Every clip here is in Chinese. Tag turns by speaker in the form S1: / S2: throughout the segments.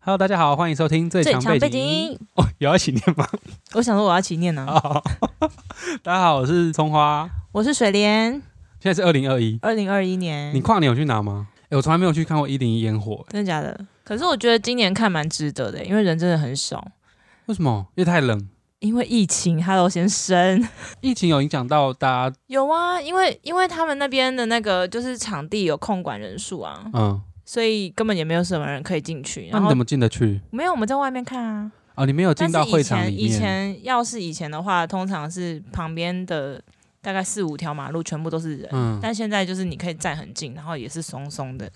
S1: Hello，大家好，欢迎收听最
S2: 最
S1: 强
S2: 强背
S1: 景 音。
S2: 景。
S1: 哦，有要一起念吗？
S2: 我想说我要起念呢、
S1: 哦大家好，我是葱花，
S2: 我是水莲，
S1: 现在是二零二一。
S2: 二零二一年
S1: 你，跨年有去拿吗？哎、我从来没有去看过一零一烟火、诶哎
S2: 真的假的？可是我觉得今年看蛮值得的，因为人真的很少，
S1: 为什么？因为太冷，
S2: 因为疫情。Hello，先生，
S1: 疫情有影响到大家。
S2: 有啊，因为因为他们那边的那个就是场地有控管人数啊，
S1: 嗯，
S2: 所以根本也没有什么人可以进去。
S1: 那
S2: 然
S1: 你
S2: 后
S1: 怎么进得去？
S2: 没有，我们在外面看啊。
S1: 哦，你没有进
S2: 但是
S1: 到
S2: 以
S1: 会场
S2: 前
S1: 里
S2: 以
S1: 面。
S2: 前要是以前的话，通常是旁边的大概四五条马路全部都是人，
S1: 嗯，哎、
S2: 但现在就是你可以站很近，然后也是松松的。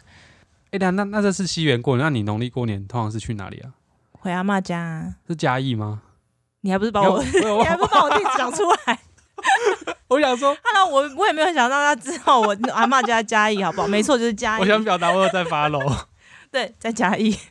S1: 哎等一下那那这是西元过年，那你农历过年通常是去哪里啊？
S2: 回阿妈家、啊，
S1: 是嘉义吗？
S2: 你还不是把
S1: 因为
S2: 我
S1: 我，我
S2: 你还不
S1: 我
S2: 是把我地址讲出 来
S1: 我想说，
S2: ？Hello，我我也没有想让他知道我阿妈家在嘉义，好 不好？没错，就是嘉义。
S1: 我想表达我有在发楼。
S2: 对，在嘉义。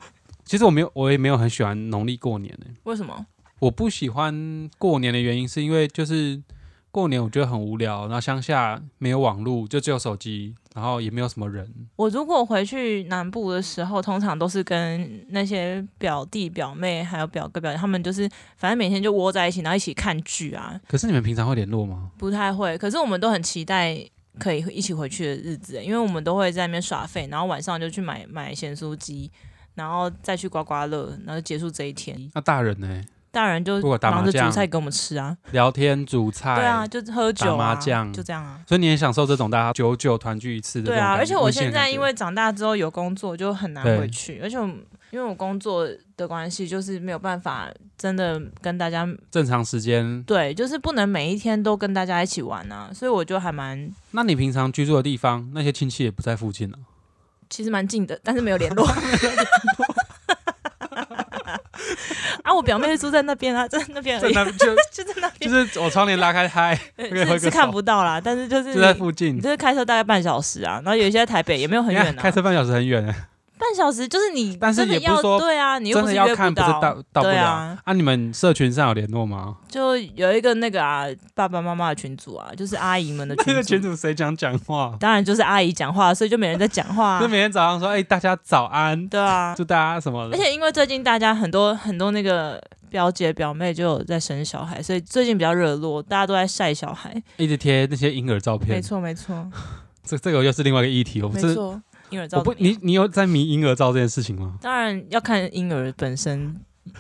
S1: 其实我没有，我也没有很喜欢农历过年诶、
S2: 为什么？
S1: 我不喜欢过年的原因是因为就是过年我觉得很无聊，然后乡下没有网络，就只有手机，然后也没有什么人。
S2: 我如果回去南部的时候，通常都是跟那些表弟、表妹还有表哥、表姐，他们就是反正每天就窝在一起，然后一起看剧啊，
S1: 可是你们平常会联络吗？
S2: 不太会。可是我们都很期待可以一起回去的日子，因为我们都会在那边耍废，然后晚上就去买买咸酥鸡，然后再去刮刮乐，然后结束这一天。
S1: 那大人呢？
S2: 大人就
S1: 如果打麻
S2: 忙着
S1: 将
S2: 煮菜给我们吃啊，
S1: 聊天、煮菜，
S2: 对啊，，就是喝酒、
S1: 打
S2: 啊、
S1: 麻将
S2: 就这样啊。
S1: 所以你也享受这种大家久久团聚一次的这
S2: 对
S1: 种
S2: 啊，
S1: 感觉
S2: 而且我
S1: 温馨
S2: 现
S1: 的感
S2: 在
S1: 觉
S2: 因为长大之后有工作，就很难
S1: 对
S2: 回去。而且我因为我工作的关系，就是没有办法真的跟大家
S1: 正常时间，
S2: 对，就是不能每一天都跟大家一起玩啊。所以我就还蛮
S1: 那你平常居住的地方，那些亲戚也不在附近啊了、
S2: 其实蛮近的，但是没 有联络。 啊，我表妹住在那边啊，在那边而
S1: 在
S2: 已，
S1: 那就
S2: 就在那边，
S1: 就是我窗帘拉开 嗨，可以挥
S2: 是
S1: 个
S2: 是看
S1: 手
S2: 不到啦，但是就是
S1: 就在附
S2: 你
S1: 近。
S2: 就是开车大概半小时啊，然后有一些在台北也没有 很
S1: 你看
S2: 远啊，
S1: 开车半小时很远、欸，
S2: 半小时就是你，
S1: 但是
S2: 真的
S1: 也不是
S2: 要
S1: 说
S2: 对啊，你又
S1: 真
S2: 不
S1: 的
S2: 是
S1: 要
S2: 约
S1: 看
S2: 不
S1: 不是到到不
S2: 对
S1: 了
S2: 啊，
S1: 啊！你们社群上有联络吗？
S2: 就有一个那个啊，爸爸妈妈的群组啊，就是阿姨们的
S1: 那
S2: 群
S1: 个群
S2: 组，
S1: 主谁讲讲话？
S2: 当然就是阿姨讲话，所以就没人在讲 话、
S1: 就
S2: 啊，
S1: 每天早上说：“哎、大家早安，
S2: 对啊。
S1: 祝大家什么的
S2: 而且因为最近大家很多很多那个表姐表妹就有在生小孩，所以最近比较热络，大家都在晒小孩。
S1: 一直贴那些婴儿照
S2: 没
S1: 片。
S2: 错没错
S1: 这这个又是另外一个议题，我不
S2: 没
S1: 是
S2: 错，婴儿
S1: 我
S2: 照
S1: 不
S2: 怎么样
S1: 你你有在迷婴儿照这件事情 吗？
S2: 当然要看婴儿本身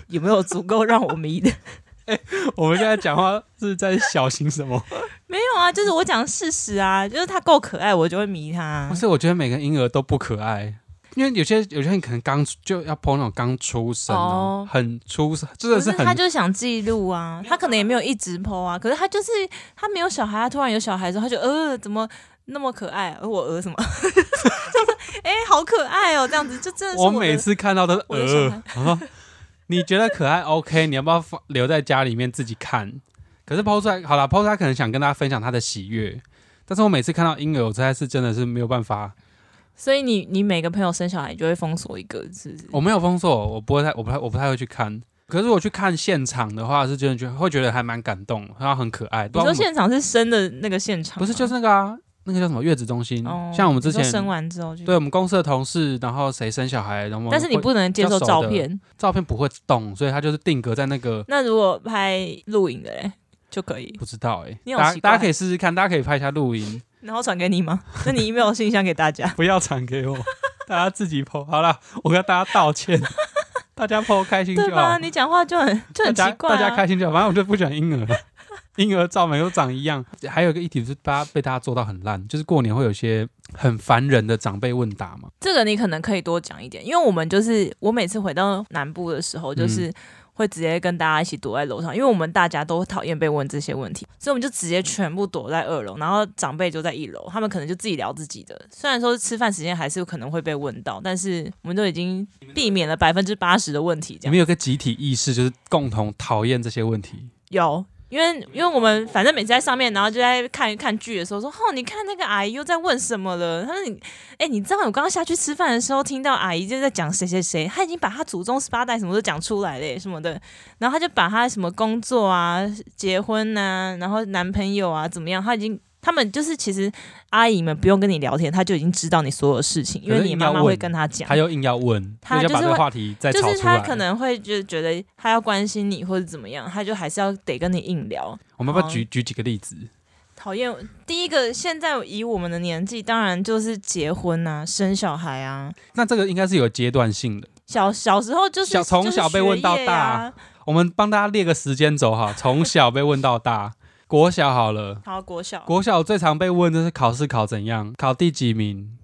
S2: 有没有足够让我迷的。
S1: 我们现在讲话是在小心什 么？
S2: 没有啊，就是我讲事实啊，就是他够可爱，我就会迷他啊、
S1: 不是，我觉得每个婴儿都不可爱，因为有些有些人可能刚出就要剖那种刚出生、啊，
S2: 哦
S1: 很出生，真
S2: 可
S1: 的是
S2: 是他
S1: 很
S2: 就是想记录啊，他可能也没有一直 PO 啊，可是他就是他没有小孩，他突然有小孩之后，他就呃怎么那么可爱、而我呃什么， 就是哎、好可爱哦，这样子就真的是
S1: 我
S2: 我
S1: 每
S2: 的
S1: 次看到都是
S2: 我的小
S1: 呃
S2: 孩，
S1: 我说你觉得可爱 OK，你要不要放留在家里面自己看？可是抛出来好了，抛出来可能想跟大家分享他的喜悦，但是我每次看到婴儿，我实在是真的是没有办法，
S2: 所以你你每个朋友生小孩，你就会封锁一个，是不是？
S1: 我没有封锁，我不会太，我不太，我不太会去看。可是我去看现场的话，是真的觉得会觉得还蛮感动，然后很可爱。不知
S2: 你
S1: 道
S2: 说
S1: 为什么
S2: 现场是生的那个现场吗，
S1: 不是就是那个啊，那个叫什么月子中心，
S2: 哦，
S1: 像我们之
S2: 你说
S1: 前
S2: 生完之后就
S1: 对，我们公司的同事，然后谁生小孩，然后我们
S2: 但是你
S1: 会
S2: 不能接
S1: 比较熟
S2: 受照
S1: 的
S2: 片，
S1: 照片不会动，所以他就是定格在那个
S2: 那如果拍录影的嘞就可以，
S1: 不知道哎、
S2: 你好
S1: 大家
S2: 奇怪
S1: 大家可以试试看，大家可以拍一下录音，
S2: 然后传给你吗？ 那你 email 信箱给大家。
S1: 不要传给我， 大家自己 PO。好了，我跟大家道 歉，大家 PO 开心就
S2: 对
S1: 好
S2: 吧？，你讲话就很就很奇
S1: 大家
S2: 怪、啊
S1: 大家开心就好。反正我就不喜欢婴儿， 婴儿照每个都长一样。还有一个议题就是大家被大家做到很烂，就是过年会有一些很烦人的长辈问答嘛。
S2: 这个你可能可以多讲一点，因为我们就是我每次回到南部的时
S1: 嗯
S2: 候，就是会直接跟大家一起躲在楼上，因为我们大家都讨厌被问这些问题，所以我们就直接全部躲在二楼，然后长辈就在一楼，他们可能就自己聊自己的。虽然说吃饭时间还是可能会被问到，但是我们都已经避免了百分之八十的问题，
S1: 你
S2: 这样
S1: 们有个集体意识，就是共同讨厌这些问题。
S2: 有。因为因为我们反正每次在上面，然后就在看看剧的时候说，哦，你看那个阿姨又在问什么了。她说你，哎、你知道我刚刚下去吃饭的时候，听到阿姨就在讲谁谁谁，她已经把她祖宗十八代什么都讲出来了耶什么的，然后她就把她什么工作啊、结婚啊，然后男朋友啊怎么样，她已经他们就是其实阿姨们不用跟你聊天，她就已经知道你所有事情，因为你妈妈会跟她讲
S1: 他。又硬要问，
S2: 他
S1: 那就把
S2: 就是
S1: 这个
S2: 会
S1: 话题再
S2: 就
S1: 炒
S2: 是
S1: 出
S2: 她
S1: 来。
S2: 可能会就觉得她要关心你或者怎么样，她就还是要得跟你硬聊。
S1: 我们要不要
S2: 哦
S1: 举举几个例子？
S2: 讨厌第一个，现在以我们的年纪，当然就是结婚啊、生小孩啊。
S1: 那这个应该是有阶段性的。
S2: 小小时候就是
S1: 小从
S2: 就是
S1: 小被问到
S2: 学业啊
S1: 我们帮大家列个时间轴 哈，从小被问到大，国小好了。
S2: 好国小
S1: 国小最常被问就是考试考怎样，考第几名？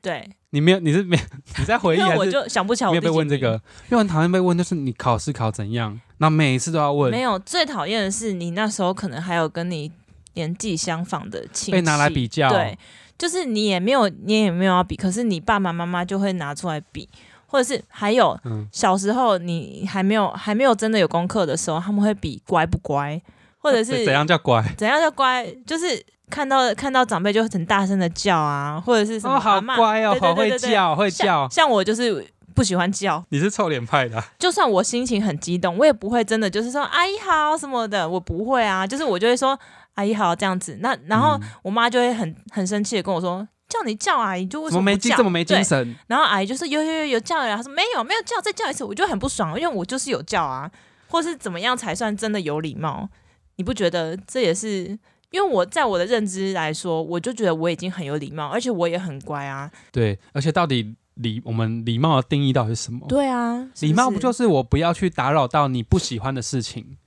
S2: 对，
S1: 你没有， 你是没你在回忆
S2: 因为
S1: 还
S2: 我
S1: 是
S2: 就想不起来我
S1: 没有被
S2: 第几
S1: 问这
S2: 名
S1: 个？因为我很讨厌被问，就是你考试考怎样，那每一次都要问
S2: 没，有，最讨厌的是你那时候可能还有跟你年纪相仿的亲戚
S1: 被拿来比较。
S2: 对，就是你也没有，你也没有要比，可是你爸爸妈妈就会拿出来比，或者是还有
S1: 嗯，
S2: 小时候你还没有还没有真的有功课的时候，他们会比乖不乖，或者是
S1: 怎怎样叫乖？
S2: 怎样叫乖，就是看到看到长辈就很大声的叫啊，或者是什
S1: 哦，
S2: 么
S1: 好
S2: 阿嬷
S1: 乖哦，
S2: 对对
S1: 好
S2: 对
S1: 会
S2: 对对
S1: 叫，会
S2: 像
S1: 叫。
S2: 像我就是不喜欢叫，
S1: 你是臭脸派的啊、
S2: 就算我心情很激动，我也不会真的就是说阿姨好什么的，我不会啊，就是我就会说阿姨好这样子。那然后
S1: 嗯
S2: 我妈就会很很生气的跟我说。叫你叫阿姨，就为
S1: 怎
S2: 什
S1: 么没
S2: 不
S1: 精
S2: 叫？
S1: 这么没精
S2: 对
S1: 神？
S2: 然后阿姨就说有有有有叫了，她说没有没有叫，再叫一次，我就很不爽，因为我就是有叫啊，或是怎么样才算真的有礼貌？你不觉得这也是？因为我在我的认知来说，我就觉得我已经很有礼貌，而且我也很乖啊。
S1: 对，而且到底礼我们礼貌的定义到底是什么？
S2: 对啊，
S1: 哦
S2: 是
S1: 礼貌不
S2: 是
S1: 就是我不要去打扰到你不喜欢的事情，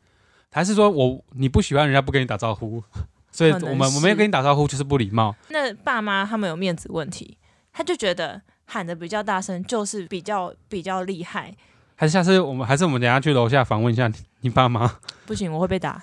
S1: 还是说我你不喜欢人家不跟你打招呼， 所以
S2: 可能
S1: 我们我没有
S2: 是
S1: 跟你打招呼就是不礼貌？
S2: 那爸妈他们有面子问题，他就觉得喊的比较大声就是比较比较厉害。
S1: 还是下次我们还是我们等一下去楼下访问一下你你爸妈，
S2: 不行，我会被打。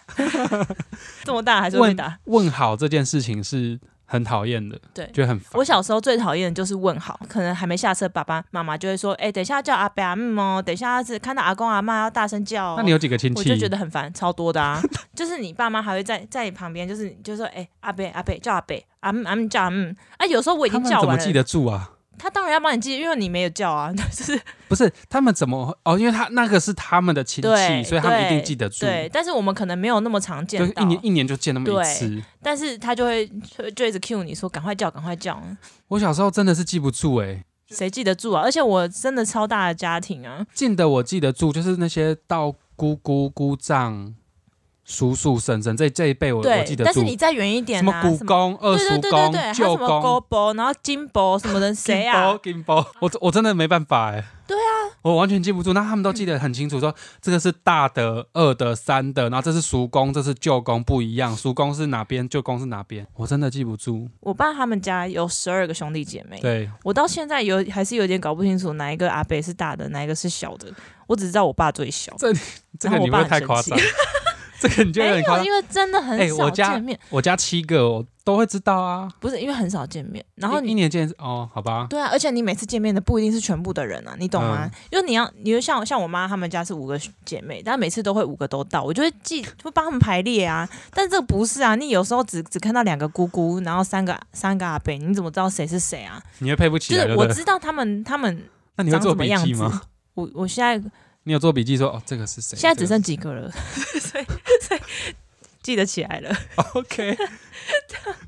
S2: 这么大还是会被打。
S1: 问好这件事情是很讨厌的，
S2: 对
S1: 觉得很烦。
S2: 我小时候最讨厌的就是问好，可能还没下车，爸爸妈妈就会说：“哎、等一下叫阿伯阿姆哦，等一下是看到阿公阿妈要大声叫、哦。”
S1: 那你有几个亲
S2: 我
S1: 戚？
S2: 就觉得很烦，超多的啊！ 就是你爸妈还会在在你旁边，就是就说：“哎、阿伯阿伯叫阿伯，阿姆阿姆叫阿姆。”啊，有时候我已
S1: 他
S2: 经
S1: 们
S2: 叫
S1: 怎么
S2: 完
S1: 记
S2: 了，
S1: 得住啊？
S2: 他当然要帮你记，因为你没有叫啊， 就是
S1: 不是他们怎么哦？因为他那个是他们的亲戚，
S2: 对
S1: 所以他们一定
S2: 对
S1: 记得住。
S2: 对，但是我们可能没有那么常见
S1: 就是
S2: 到，
S1: 一年一年就见那么一
S2: 对
S1: 次。
S2: 但是他就会就就一直 cue 你说赶快叫，赶快叫，
S1: 我小时候真的是记不住哎、
S2: 谁记得住啊？而且我真的超大的家庭啊，
S1: 近的我记得住，就是那些到姑姑、姑丈、叔叔、婶婶这这一辈我，我
S2: 对
S1: 记，得
S2: 但
S1: 住
S2: 是。你再远一点
S1: 什么
S2: 啊，
S1: 姑
S2: 什么
S1: 公、二
S2: 对对
S1: 叔
S2: 对对
S1: 公
S2: 对，还、有
S1: 舅
S2: 什么
S1: 公
S2: 勾、伯，然后金伯什 么的，谁
S1: 金
S2: 啊？
S1: 包、金包，我我真的没办法哎、
S2: 对
S1: 啊，我完全记不住。那他们都记得很清楚说
S2: 啊
S1: 这个是大的、二的、三的，然后这是叔公，这是舅公，不一样。叔公是哪边，舅公是哪边，我真的记不住。
S2: 我爸他们家有十二个兄弟姐妹，
S1: 对，
S2: 我到现在有还是有点搞不清楚哪一个阿伯是大的，哪一个是小的，我只知道我爸最小。
S1: 这个你会不会太夸张
S2: 然后我爸很生，
S1: 这个你就
S2: 没
S1: 有点夸
S2: 有，
S1: 张。
S2: 因为真的很
S1: 哎我
S2: 少
S1: 家
S2: 见面，
S1: 我家七个，我都会知道啊。
S2: 不是因为很少见面，然后
S1: 一一年见一次哦，好吧，
S2: 对啊，而且你每次见面的不一定是全部的人啊，你懂
S1: 嗯
S2: 吗？因为你要，你就像像我妈她们家是五个姐妹，但每次都会五个都到，我就会记，会帮她们排列啊。但这个不是啊，你有时候只只看到两个姑姑，然后三个三个阿伯，你怎么知道谁是谁啊？
S1: 你会配不起
S2: 就
S1: 来，
S2: 是
S1: 对不
S2: 我
S1: 对？
S2: 知道他们他们
S1: 那你会
S2: 长
S1: 做
S2: 什么
S1: 笔
S2: 样
S1: 记
S2: 子
S1: 吗？。
S2: 我我现在
S1: 你有做笔记说哦，这个是谁？
S2: 现在
S1: 这
S2: 只
S1: 个
S2: 剩几 个了，所以所以 记得起来了，
S1: OK，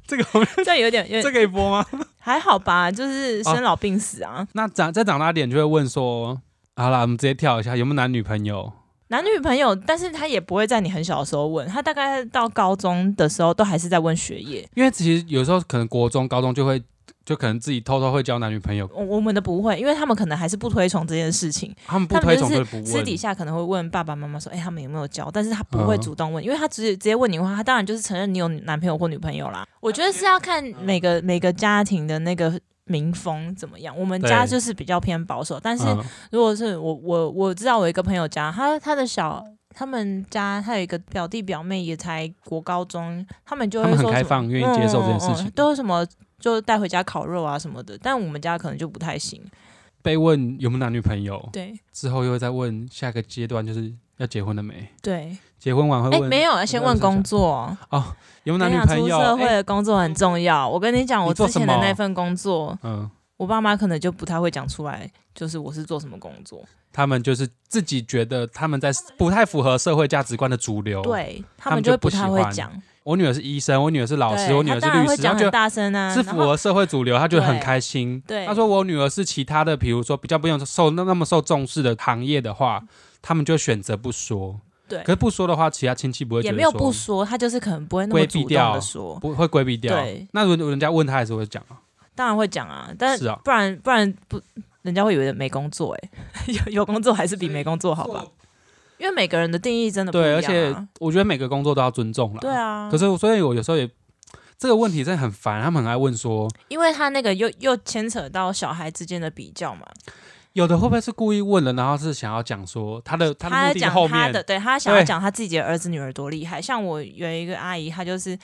S1: 这个我哦们
S2: 这样有点有
S1: 这
S2: 点
S1: 可以播吗？
S2: 还好吧，就是生老病死啊。
S1: 那长再长大点就会问说，好啦，我们直接跳一下，有没有男女朋友？
S2: 男女朋友，但是他也不会在你很小的时候问，他大概到高中的时候都还是在问学业。
S1: 因为其实有时候可能国中、高中就会，就可能自己偷偷会交男女朋友，
S2: 我我们的不会，因为他们可能还是不推崇这件事情，
S1: 他们不
S2: 他
S1: 推
S2: 们
S1: 崇
S2: 就
S1: 不问。
S2: 私底下可能会问爸爸妈妈说，哎、他们有没有交？但是他不会
S1: 嗯
S2: 主动问，因为他直接直接问你的话，他当然就是承认你有男朋友或女朋友啦。我觉得是要看
S1: 嗯
S2: 每个每个家庭的那个。民风怎么样？我们家
S1: 对
S2: 就是比较偏保守，但是
S1: 嗯
S2: 如果是我我我知道我一个朋友家，他他的小他们家他有一个表弟表妹也才国高中，他们就
S1: 他
S2: 会
S1: 们
S2: 说
S1: 很
S2: 什
S1: 开
S2: 么
S1: 放，愿意接受这件
S2: 嗯
S1: 事
S2: 嗯嗯
S1: 情
S2: 嗯。都是什么就带回家烤肉啊什么的，但我们家可能就不太行。
S1: 被问有没有男女朋友
S2: 对
S1: 之后，又会再问下一个阶段就是要结婚了没？
S2: 对，
S1: 结婚完会
S2: 哎、
S1: 问
S2: 没有，要先问工作。
S1: 哦，有没有男
S2: 跟你
S1: 女朋
S2: 讲出
S1: 友？
S2: 社会
S1: 哎
S2: 的工作很重要。我跟你讲，
S1: 你
S2: 我
S1: 做
S2: 之
S1: 什么
S2: 前的那份工作，
S1: 嗯，
S2: 我爸妈可能就不太会讲出来，就是我是做什么工作。
S1: 他们就是自己觉得他们在不太符合社会价值观的主流。
S2: 对
S1: 哦他
S2: 他
S1: 们
S2: 们
S1: 就
S2: 就会
S1: 不
S2: 不太
S1: 喜
S2: 会
S1: 欢
S2: 讲。
S1: 我女儿是医生，我女儿是老师，
S2: 对
S1: 我女儿是
S2: 他当然
S1: 律
S2: 会
S1: 师，她
S2: 讲
S1: 觉
S2: 很
S1: 得
S2: 大声啊，
S1: 是
S2: 然
S1: 符
S2: 后
S1: 合社会主流，她觉得很
S2: 对
S1: 开心。
S2: 对，
S1: 她说我女儿是其他的，比如说比较不用受那那么受重视的行业的话，他们就选择不说。
S2: 嗯对
S1: 可是不说的话，其他亲戚不会觉
S2: 也
S1: 得
S2: 没有
S1: 说
S2: 不说，他就是可能不会那
S1: 规
S2: 么
S1: 避
S2: 主
S1: 掉
S2: 动的说，
S1: 不会规避掉。
S2: 对
S1: 那如果人家问他，还是会讲啊。
S2: 当然会讲啊，但
S1: 是啊
S2: 不然不然不，人家会以为没工作哎、 有有工作还是比没工作好吧？因为每个人的定义真的不一
S1: 对，
S2: 样、
S1: 而
S2: 啊，
S1: 且我觉得每个工作都要尊重啦。
S2: 对。啊，
S1: 可是，所以我有时候也这个问题真的很烦，他们很爱问说，
S2: 因为他那个又又牵扯到小孩之间的比较嘛，
S1: 有的会不会是故意问了，然后是想要讲说他的他的目
S2: 他
S1: 的
S2: 讲
S1: 后
S2: 他
S1: 面
S2: 的，对他想要
S1: 对
S2: 讲他自己的儿子女儿多厉害。像我有一个阿姨，她就是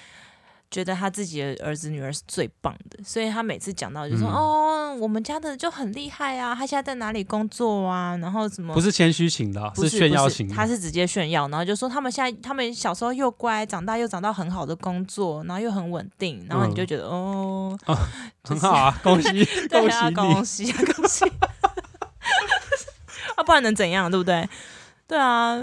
S2: 觉得她自己的儿子女儿是最棒的，所以她每次讲到就说：“
S1: 嗯
S2: 哦，我们家的就很厉害啊，他现在在哪里工作啊？然后什么
S1: 不是谦虚型的，
S2: 不是
S1: 炫耀
S2: 不是
S1: 型的。
S2: 他是直接炫耀，然后就说他们现在他们小时候又乖，长大又找到很好的工作，然后又很稳定，然后
S1: 嗯
S2: 你就觉得、哦，
S1: 很好啊， 恭喜
S2: 对
S1: 恭
S2: 啊，
S1: 喜
S2: 恭
S1: 你！
S2: 喜恭喜， 啊，不然能怎样，对不对？对啊，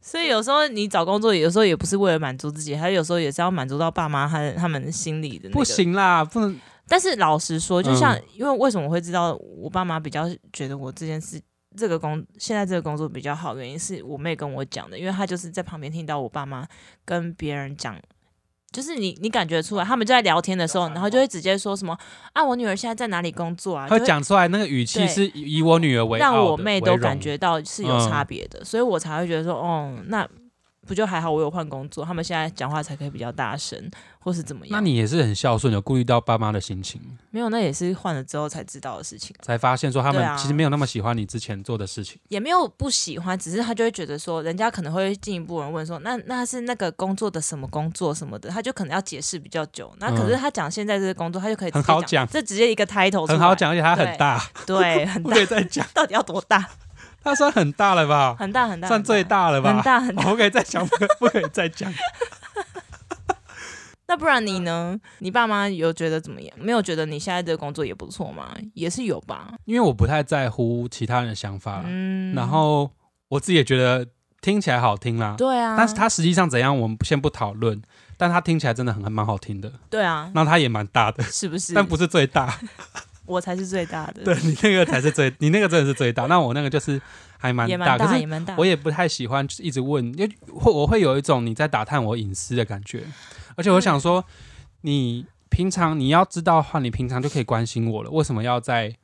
S2: 所以有时候你找工作，有时候也不是为了满足自己，还有时候也是要满足到爸妈他他们心里的、那个。
S1: 不，行啦，不能
S2: 但是老实说，就像、
S1: 嗯
S2: 因为为什么我会知道我爸妈比较觉得我这件事。这个工现在这个工作比较好，原因是我妹跟我讲的，因为她就是在旁边听到我爸妈跟别人讲，就是你你感觉出来，他们就在聊天的时
S1: 啊
S2: 候，然后就会直接说什么啊，我女儿现在在哪里工作啊，
S1: 他
S2: 就
S1: 讲出来那个语气
S2: 对
S1: 是以以我女儿为傲
S2: 让
S1: 的嗯
S2: 我妹都
S1: 为荣
S2: 感觉到是有差别的，所以我才会觉得说，哦，那不就还好，我有换工作，他们现在讲话才可以比较大声，或是怎么
S1: 那
S2: 样？
S1: 你也是很孝顺，有顾虑到爸妈的心情，
S2: 没有，那也是换了之后才知道的事情，
S1: 才发现说他
S2: 对啊
S1: 们其实没有那么喜欢你之前做的事情。
S2: 也没有不喜欢，只是他就会觉得说，人家可能会进一步人问说，那那是那个工作的什么工作什么的，他就可能要解释比较久。那可是他讲现在这个工作，他就可以直接
S1: 嗯很好讲
S2: 这直接一个 title
S1: 很
S2: 出来
S1: 好，讲，而且它很大，
S2: 对， 很
S1: 不
S2: 大
S1: 可，以再讲，
S2: 到底要多大？
S1: 它算很大了吧？
S2: 很大很大，
S1: 算最大了
S2: 很大，很
S1: 吧？
S2: 大很大。
S1: 我不可以再讲，不可不可以再讲。
S2: 那不然
S1: 嗯
S2: 你呢？你爸妈有觉得怎么样？没有觉得你现在这个工作也不错吗？也是有吧。
S1: 因为我不太在乎其他人的想法，
S2: 嗯，
S1: 啊然后我自己也觉得听起来好听啦。
S2: 对啊，
S1: 但是它实际上怎样，我们先不讨论。但它听起来真的很蛮好听的，
S2: 对啊，
S1: 然后它也蛮大的，
S2: 是不是？
S1: 但不是最大。
S2: 我才是最大的，
S1: 对你那个才是最，你那个真的是最大。那我那个就是还蛮
S2: 也
S1: 大，
S2: 蛮
S1: 可
S2: 大，也
S1: 是
S2: 蛮大。
S1: 我也不太喜欢，就是一直问，因为会我会有一种你在打探我隐私的感觉。而且我想说，你平常你要知道的话，你平常就可以关心我了，为什么要在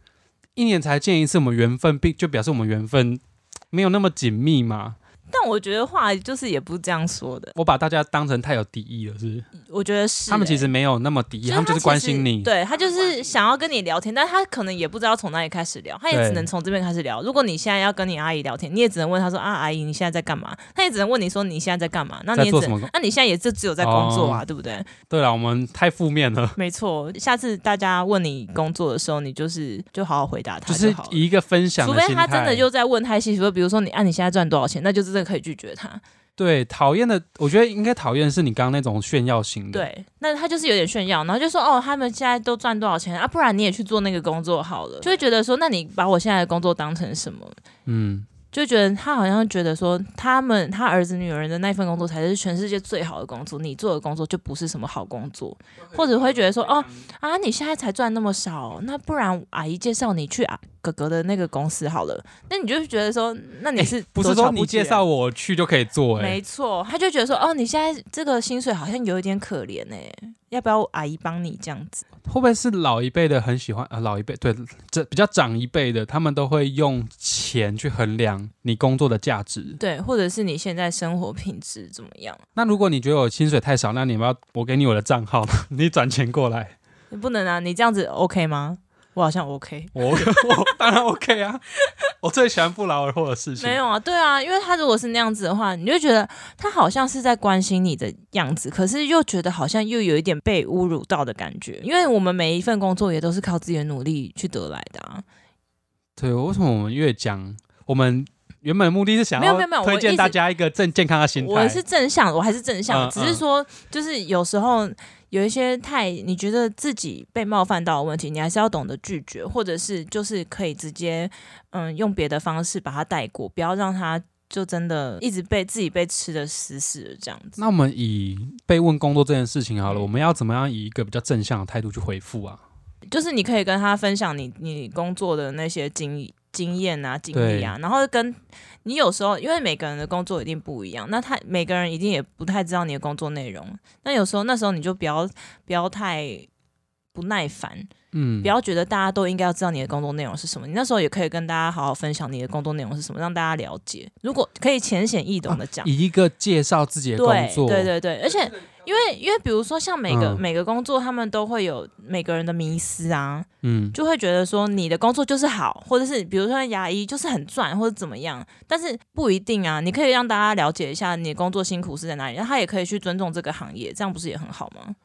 S1: 一年才见一次？我们缘分并就表示我们缘分没有那么紧密嘛。
S2: 但我觉得话就是也不是这样说的，
S1: 我把大家当成太有敌意了，是不是？
S2: 我觉得是、
S1: 他们其
S2: 欸
S1: 实没有那么敌意，
S2: 就是
S1: 他们就是关心
S2: 其
S1: 你
S2: 实。对他就是想要跟你聊天，但他可能也不知道从哪里开始聊，他也
S1: 对
S2: 只能从这边开始聊。如果你现在要跟你阿姨聊天，你也只能问她说啊，阿姨你现在在干嘛？他也只能问你说你现在在干嘛？那
S1: 在
S2: 你也
S1: 做
S2: 只
S1: 什么哦工
S2: 能那你现在也就只有在工作啊，对不对？
S1: 对了，我们太负面 了。
S2: 没错，下次大家问你工作的时候，你就是就好好回答他
S1: 就是
S2: 好了。
S1: 以一个分享
S2: 除
S1: 的
S2: 非
S1: 心态，
S2: 他真的就在问太细，说比如说你按、啊、你现在赚多少钱，那就真的可以拒绝他。
S1: 对，讨厌的，我觉得应该讨厌的是你刚刚那种炫耀型的。，
S2: 对，那他就是有点炫耀，然后就说哦，他们现在都赚多少钱啊？不然你也去做那个工作好了，就会觉得说，那你把我现在的工作当成什么？
S1: 嗯，
S2: 就觉得他好像觉得说，他们他儿子女儿的那份工作才是全世界最好的工作，你做的工作就不是什么好工作，或者会觉得说，哦啊，你现在才赚那么少，那不然阿姨介绍你去啊哥哥的那个公司好了，那你就会觉得说，那你是、
S1: 哎不是说你介绍。我去就可以做、欸，
S2: 没错，他就觉得说，哦，你现在这个薪水好像有一点可怜哎、要不要阿姨帮你这样子？
S1: 会不会是老一辈的很喜欢啊？老一辈对，这比较长一辈的，他们都会用钱去衡量你工作的价值。
S2: 对，或者是你现在生活品质怎么样？
S1: 那如果你觉得我薪水太少，那你要不要我给你我的账号， 你转钱过来，
S2: 你不能啊，你这样子 OK 吗？我好像 OK。
S1: 我我 当然 OK 啊，我最喜欢不劳而获的事情。
S2: 没有啊，对啊，因为他如果是那样子的话，你就觉得他好像是在关心你的样子，可是又觉得好像又有一点被侮辱到的感觉。因为我们每一份工作也都是靠自己的努力去得来的啊。
S1: 对，为什么我们越讲，我们原本的目的是想
S2: 没有没有没
S1: 要
S2: 有
S1: 推
S2: 我一
S1: 荐
S2: 直
S1: 大家一个正健康的心态。
S2: 我是正向，我还是正向，
S1: 嗯
S2: 只是说就是有时候有一些太你觉得自己被冒犯到的问题，你还是要懂得拒绝，或者是就是可以直接嗯用别的方式把它带过，不要让它就真的一直被自己被吃的死死的这样子。
S1: 那我们以被问工作这件事情好了，
S2: 嗯
S1: 我们要怎么样以一个比较正向的态度去回复啊？
S2: 就是你可以跟他分享你你工作的那些经经验啊、经历啊，然后跟你有时候因为每个人的工作一定不一样，那他每个人一定也不太知道你的工作内容，那有时候那时候你就不要不要太不耐烦，
S1: 嗯，
S2: 不要觉得大家都应该要知道你的工作内容是什么，你那时候也可以跟大家好好分享你的工作内容是什么，让大家了解。如果可以浅显易懂的讲。
S1: 以一个介绍自己的啊工
S2: 对
S1: 作，
S2: 对对对，而且因为因为比如说像每个、
S1: 嗯
S2: 每个工作，他们都会有每个人的迷思啊，
S1: 嗯，
S2: 就会觉得说你的工作就是好，或者是比如说牙医就是很赚，或者怎么样，但是不一定啊。你可以让大家了解一下你的工作辛苦是在哪里，然后他也可以去尊重这个行业，这样不是也很好吗？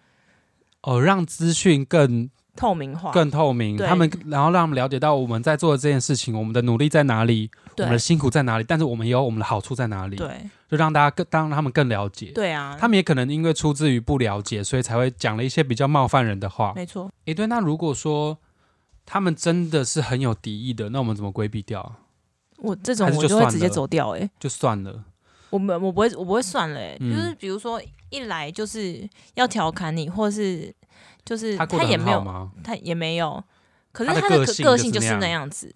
S1: 哦，让资讯更
S2: 透明化，
S1: 更透明，
S2: 对
S1: 他们然后让他们了解到我们在做的这件事情，我们的努力在哪里，我
S2: 对
S1: 们的辛苦在哪里，但是我们也有我们的好处在哪里，
S2: 对
S1: 就让大家更让他们更了解。
S2: 对啊，
S1: 他们也可能因为出自于不了解，所以才会讲了一些比较冒犯人的话。
S2: 没错，
S1: 诶，对，那如果说他们真的是很有敌意的，那我们怎么规避掉啊？
S2: 我这种
S1: 还是
S2: 我
S1: 就
S2: 就会
S1: 算
S2: 直接
S1: 了
S2: 走掉、欸，
S1: 就算了，
S2: 我们我不会我不会算了、欸，
S1: 嗯
S2: 就是比如说一来就是要调侃你，或者是就是
S1: 他过得
S2: 也
S1: 很
S2: 没
S1: 好
S2: 有
S1: 吗？
S2: 他也没有，可是
S1: 他的
S2: 他的
S1: 个
S2: 个
S1: 性
S2: 个
S1: 就是
S2: 性就是
S1: 那
S2: 那
S1: 样
S2: 样子，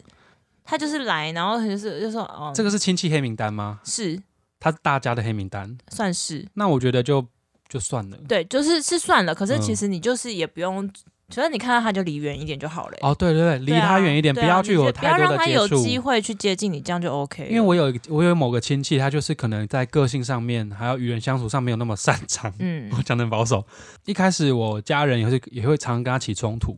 S2: 他就是来，然后就是就说哦，
S1: 嗯这个是亲戚黑名单吗？
S2: 是
S1: 他是大家的黑名单，
S2: 算是
S1: 那我觉得就就算了。
S2: 对，就是是算了。可是
S1: 嗯
S2: 其实你就是也不用，只要你看到他就离远一点就好了、
S1: 哦，对对对，离
S2: 对啊
S1: 他远一点，
S2: 对
S1: 不
S2: 啊
S1: 要
S2: 你
S1: 去有
S2: 就不要
S1: 太多
S2: 让
S1: 的
S2: 他
S1: 接
S2: 有
S1: 触。
S2: 机会去接近你，这样就 OK 了。
S1: 因为我有一个我有某个亲戚，他就是可能在个性上面，还有与人相处上没有那么擅长。
S2: 嗯
S1: 我讲的保守，一开始我家人也是也会常常跟他起冲突。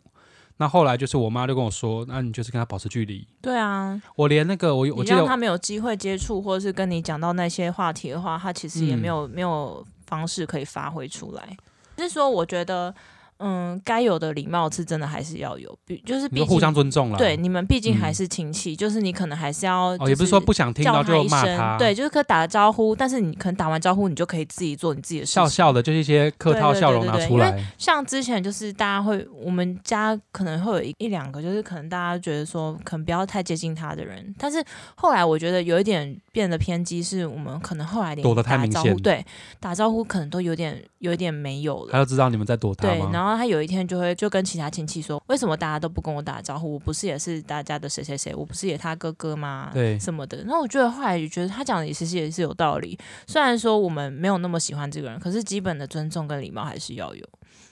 S1: 那后来就是我妈就跟我说，那你就是跟他保持距离。
S2: 对啊，
S1: 我连那个我
S2: 你
S1: 我记
S2: 让
S1: 得
S2: 他没有机会接触，或者是跟你讲到那些话题的话，他其实也
S1: 嗯
S2: 没有、没有方式可以发挥出来。就是说，我觉得，嗯，该有的礼貌是真的还是要有，比就是
S1: 你
S2: 毕
S1: 就
S2: 竟
S1: 互相尊重了。
S2: 对你们毕竟还
S1: 嗯
S2: 是亲戚，就是你可能还是要、
S1: 哦，也不是说不想听
S2: 叫
S1: 到
S2: 他
S1: 就
S2: 一
S1: 骂
S2: 声，对，就是可以打个招呼，但是你可能打完招呼，你就可以自己做你自己的事情。
S1: 笑笑的，就是一些客套
S2: 对对对
S1: 笑容
S2: 对
S1: 拿
S2: 对
S1: 出
S2: 因为
S1: 来。
S2: 像之前就是大家会，我们家可能会有一一两个，就是可能大家觉得说，可能不要太接近他的人。但是后来我觉得有一点变得偏激，是我们可能后来连
S1: 躲得太
S2: 打
S1: 明
S2: 招
S1: 显
S2: 呼，对，打招呼可能都有点有一点没有了。
S1: 他就知道你们在躲他
S2: 对，
S1: 吗？
S2: 然后他有一天就会就跟其他亲戚说，为什么大家都不跟我打招呼？我不是也是大家的谁谁谁，我不是也他哥哥吗？
S1: 对
S2: 什么的。那我觉得后来也觉得他讲的也其实也是有道理，虽然说我们没有那么喜欢这个人，可是基本的尊重跟礼貌还是要有，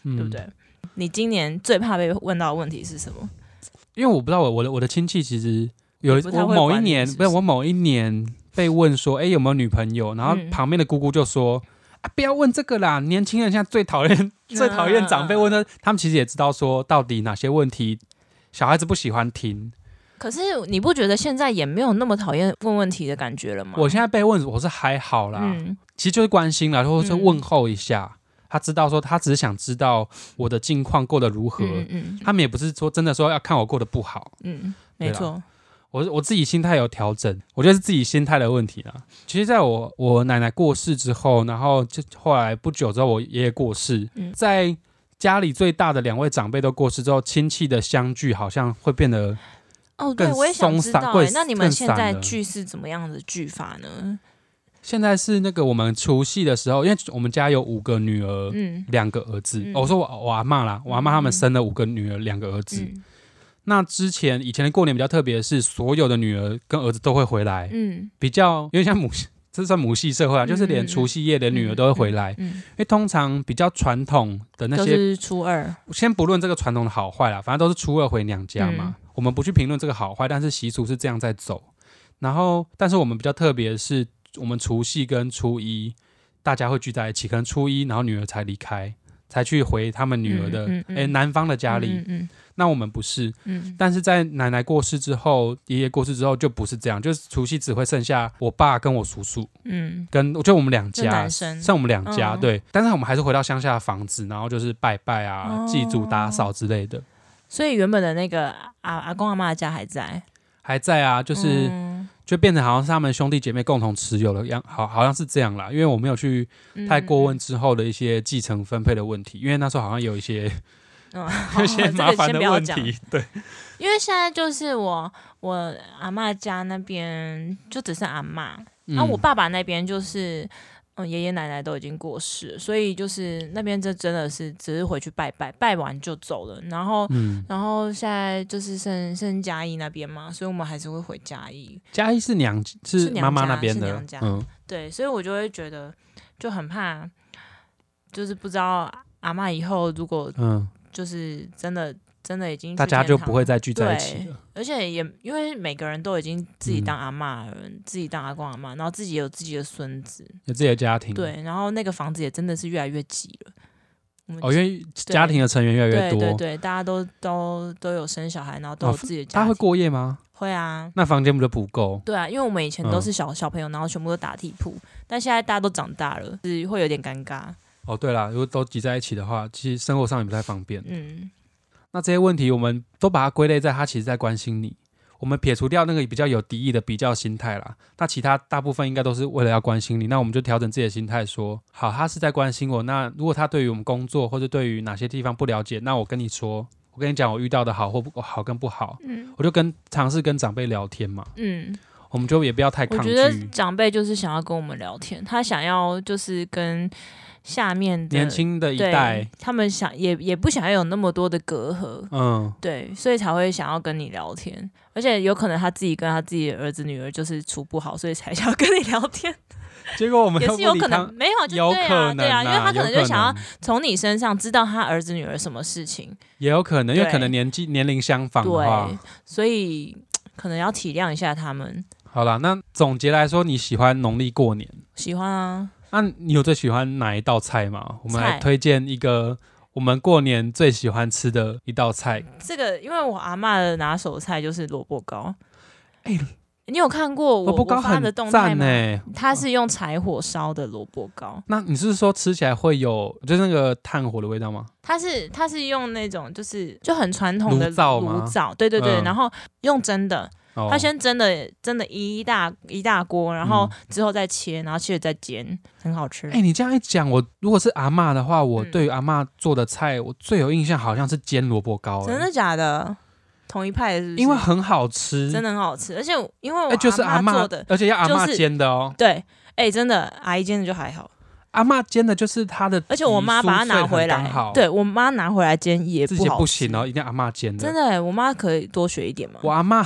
S1: 嗯
S2: 对不？对？你今年最怕被问到的问题是什么？
S1: 因为我不知道我我的我的亲戚其实有
S2: 不太
S1: 我
S2: 会
S1: 某一
S2: 管你
S1: 年
S2: 是不
S1: 是
S2: 是
S1: 我某一年被问说，哎、有没有女朋友？然后
S2: 嗯
S1: 旁边的姑姑就说。啊，不要问这个啦！年轻人现在最讨 厌、最讨厌长辈问的。他们其实也知道说，到底哪些问题小孩子不喜欢听。
S2: 可是你不觉得现在也没有那么讨厌问问题的感觉了吗？
S1: 我现在被问，我是还好啦，
S2: 嗯，
S1: 其实就是关心啦，或者是
S2: 嗯
S1: 问候一下。他知道说，他只是想知道我的近况过得如何。
S2: 嗯嗯
S1: 他们也不是说真的说要看我过得不好，
S2: 嗯嗯，没
S1: 对啦
S2: 错，
S1: 我我自己心态有调整，我觉得是自己心态的问题啦。其实，在我我奶奶过世之后，然后就后来不久之后，我爷爷过世，
S2: 嗯
S1: 在家里最大的两位长辈都过世之后，亲戚的相聚好像会变得
S2: 哦，对，
S1: 更
S2: 我也想
S1: 松
S2: 知
S1: 散
S2: 道、
S1: 更
S2: 欸，那你们
S1: 更
S2: 现
S1: 散
S2: 在
S1: 了
S2: 剧是怎么样的剧法呢？
S1: 现在是那个我们除夕的时候，因为我们家有五个女儿，
S2: 嗯
S1: 两个儿子。
S2: 嗯
S1: 哦我说我我阿妈啦，我阿妈他们生了五个女儿，两个儿子。
S2: 嗯
S1: 那之前以前的过年比较特别的是，所有的女儿跟儿子都会回来，
S2: 嗯
S1: 比较有点像母，这算母系社会啊，
S2: 嗯
S1: 就是连除夕夜连女儿都会回来，
S2: 嗯，
S1: 因为通常比较传统的哎那
S2: 都
S1: 些，
S2: 是初二，
S1: 先不论这个传统的好坏啦，反正都是初二回娘家嘛。
S2: 嗯
S1: 我们不去评论这个好坏，但是习俗是这样在走。然后，但是我们比较特别的是，我们除夕跟初一大家会聚在一起，可能初一然后女儿才离开，才去回他们女儿的诶、
S2: 嗯嗯嗯
S1: 南方的家里。
S2: 嗯
S1: 那我们不是，
S2: 嗯
S1: 但是在奶奶过世之后，爷爷过世之后就不是这样，就是除夕只会剩下我爸跟我叔叔，
S2: 嗯
S1: 跟我就我们两
S2: 就
S1: 家，
S2: 男生
S1: 剩我们两家、
S2: 嗯
S1: 对。但是我们还是回到乡下的房子，然后就是拜拜啊、
S2: 哦
S1: 祭祖、打扫之类的，
S2: 嗯，所以原本的那个阿阿公阿妈家还在，
S1: 还在啊，就是、
S2: 嗯
S1: 就变成好像是他们兄弟姐妹共同持有的样，好好像是这样啦。因为我没有去
S2: 嗯
S1: 太过问，之后的一些继承分配的问题，因为那时候好像有一些
S2: 嗯，嗯
S1: 有一些麻烦的问，
S2: 好这个先不要讲
S1: 题，对，
S2: 因为现在就是我我阿嬷家那边就只剩阿嬷，
S1: 嗯
S2: 啊然后我爸爸那边就是，嗯，爷爷奶奶都已经过世了，所以就是那边这真的是只是回去拜拜，拜完就走了。然后，
S1: 嗯，
S2: 然后现在就是剩剩嘉义那边嘛，所以我们还是会回嘉义。
S1: 嘉义是娘是
S2: 是娘
S1: 妈妈
S2: 家
S1: 那边
S2: 是
S1: 的
S2: 娘家，
S1: 嗯，
S2: 对，所以我就会觉得就很怕，就是不知道阿嬷以后如果
S1: 嗯，
S2: 就是真的真的已经去
S1: 大家
S2: 天
S1: 就
S2: 堂
S1: 不会再聚在一起
S2: 对
S1: 了。，
S2: 而且也因为每个人都已经自己
S1: 嗯
S2: 当阿嬷了，自己当阿公阿嬷，然后自己有自己的孙子，
S1: 有自己的家庭，，
S2: 对，然后那个房子也真的是越来越挤了。我们
S1: 哦，因为家庭的成员越来越
S2: 对
S1: 多，
S2: 对对，大家都都都有生小孩，然后都
S1: 啊
S2: 有自己的家
S1: 他
S2: 庭，
S1: 会过夜吗？
S2: 会啊，
S1: 那房间不就不够？
S2: 对啊，因为我们以前都
S1: 嗯
S2: 是小、小朋友，然后全部都打地铺，但现在大家都长大了，是会有点尴尬。
S1: 哦，对啦，如果都挤在一起的话，其实生活上也不太方便。
S2: 嗯，
S1: 那这些问题我们都把它归类在他其实在关心你。我们撇除掉那个比较有敌意的比较心态啦，那其他大部分应该都是为了要关心你。那我们就调整自己的心态，说好，他是在关心我。那如果他对于我们工作或者对于哪些地方不了解，那我跟你说，我跟你讲我遇到的好或不好跟不好，
S2: 嗯
S1: 我就跟尝试跟长辈聊天嘛，
S2: 嗯，
S1: 我们就也不要太
S2: 我
S1: 抗
S2: 觉得
S1: 拒。
S2: 长辈就是想要跟我们聊天，他想要就是跟下面的
S1: 年轻的一
S2: 对
S1: 代，
S2: 他们想也也不想要有那么多的隔阂，
S1: 嗯，
S2: 对，所以才会想要跟你聊天，而且有可能他自己跟他自己的儿子女儿就是处不好，所以才想 要跟你聊天，
S1: 结果我们
S2: 也
S1: 都
S2: 是有
S1: 不理
S2: 可
S1: 他
S2: 能，没有就
S1: 有
S2: 对
S1: 可
S2: 啊，
S1: 能
S2: 对啊，因为他
S1: 有
S2: 可能就想要
S1: 能
S2: 从你身上知道他儿子女儿什么事情，
S1: 也有可能，因为
S2: 对
S1: 可能年纪年龄相仿的话
S2: 对，，所以可能要体谅一下他们。
S1: 好啦，那总结来说，你喜欢农历过年，
S2: 喜欢啊，
S1: 那你有最喜欢哪一道菜吗？我们来
S2: 菜
S1: 推荐一个我们过年最喜欢吃的一道菜。
S2: 这个因为我阿嬷的拿手菜就是萝卜糕。
S1: 哎
S2: 你有看过我
S1: 萝卜糕
S2: 我发
S1: 哦很
S2: 的动态
S1: 赞欸
S2: 吗
S1: 呢、？
S2: 它是用柴火烧的萝卜糕，
S1: 那你是说吃起来会有就是那个炭火的味道吗？
S2: 它是它是用那种就是就很传统的
S1: 炉灶吗
S2: 炉灶对对对，
S1: 嗯
S2: 然后用蒸的，
S1: 哦，
S2: 它先蒸的蒸的一大一大锅，然后之后再切，然后切了再煎，很好吃。
S1: 嗯哎、你这样一讲，我如果是阿嬷的话，我
S2: 嗯
S1: 对于阿嬷做的菜，我最有印象好像是煎萝卜糕、
S2: 真
S1: 哎
S2: 的假的？同一派的是不是？
S1: 因为很好吃，
S2: 真的很好吃，而且因为我
S1: 哎、就是
S2: 阿
S1: 阿嬷
S2: 嬷做的，
S1: 而且要阿
S2: 就
S1: 嬷
S2: 是
S1: 煎的哦。
S2: 对，哎、真的阿姨煎的就还好，
S1: 阿嬷煎的就是她的皮酥
S2: 而
S1: 脆
S2: 且我
S1: 很刚
S2: 妈
S1: 好，
S2: 把它拿回来，对我妈拿回来煎也
S1: 自己
S2: 不好
S1: 不
S2: 吃
S1: 行哦，，一定要阿嬷煎的。
S2: 真的、哎我妈可以多学一点吗？
S1: 我阿嬷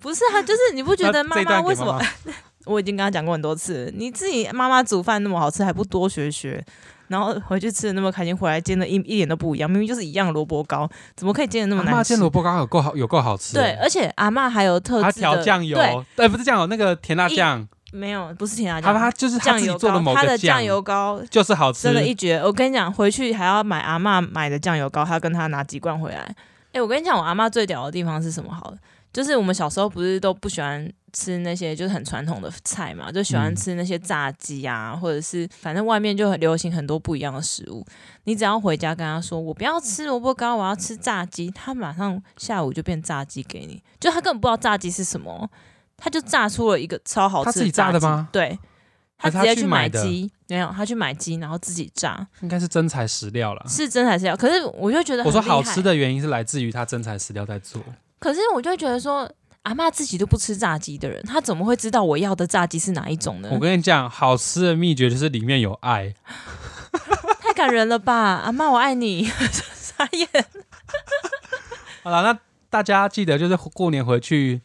S2: 不是啊，就是你不觉得
S1: 那
S2: 妈
S1: 这一
S2: 妈
S1: 段给
S2: 为什
S1: 妈
S2: 么
S1: 妈？
S2: 我已经跟他讲过很多次了，你自己妈妈煮饭那么好吃，还不多学学，然后回去吃的那么开心，回来煎的一一点都不一样，明明就是一样的萝卜糕，怎么可以煎的那
S1: 阿
S2: 么
S1: 嬷
S2: 难吃
S1: 煎？萝卜糕有够好，有够好吃。
S2: 对，，而且阿嬷还有特
S1: 她
S2: 制的
S1: 调酱油，
S2: 对，
S1: 哎，不是酱油，那个甜辣酱，
S2: 没有不是甜辣
S1: 她她
S2: 酱，
S1: 就是她
S2: 酱
S1: 自己
S2: 油
S1: 做
S2: 膏，
S1: 某
S2: 它
S1: 个
S2: 的酱油膏
S1: 就是好吃
S2: 真。的一绝。我跟你讲，回去还要买阿嬷买的酱油膏，还要跟她拿几罐回来。哎、我跟你讲，我阿嬷最屌的地方是什么？好了，就是我们小时候不是都不喜欢吃那些就是很传统的菜嘛，就喜欢
S1: 嗯
S2: 吃那些炸鸡啊，或者是反正外面就很流行很多不一样的食物。你只要回家跟她说我不要吃萝卜糕，我要吃炸鸡，她马上下午就变炸鸡给你，就她根本不知道炸鸡是什么。她就炸出了一个超好吃
S1: 她
S2: 的
S1: 自己炸的
S2: 鸡
S1: 吗
S2: 对，他
S1: 还是
S2: 直
S1: 他
S2: 接
S1: 去
S2: 去
S1: 买
S2: 买
S1: 的啊
S2: 鸡，没有，他去买鸡，然后自己炸，
S1: 应该是真材实料啦。
S2: 是真材实料。可是我就觉得
S1: 我说
S2: 很厉害
S1: 好吃，的原因是来自于她真材实料在做，
S2: 可是我就觉得说，阿嬷自己都不吃炸鸡的人，她怎么会知道我要的炸鸡是哪一种呢
S1: 我？跟你讲，好吃的秘诀就是里面有爱。
S2: 太感人了吧，阿嬷我爱你， 傻眼。
S1: 好了，那大家记得就是过年回去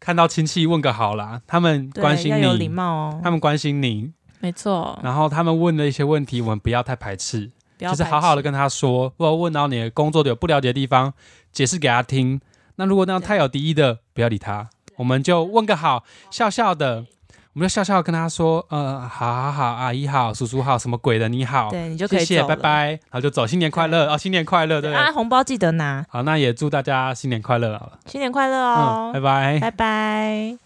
S1: 看到亲戚问个好啦，他们
S2: 对
S1: 关心
S2: 要有礼
S1: 你，
S2: 貌哦
S1: 他，们关心你，
S2: 没错，
S1: 然后他们问的一些问题，我们不要太排斥。
S2: 不要
S1: 就是
S2: 排
S1: 好好的
S2: 斥
S1: 跟他说，或者问到你的工作有不了解的地方，解释给他听。那如果那样
S2: 对
S1: 太有敌意的，不要理他，我们就问个好，笑笑的，我们就笑笑地跟他说，呃，好好好，阿姨好，叔叔好，什么鬼的，你好，
S2: 对你就可以
S1: 谢谢，
S2: 走
S1: 拜
S2: 了。
S1: 拜，然后就走，新年快乐，哦，新年快乐，对不对
S2: 啊，红包记得拿，
S1: 好，那也祝大家新年快乐好了，
S2: 新年快乐
S1: 嗯，
S2: 哦
S1: 拜，拜。
S2: 拜拜。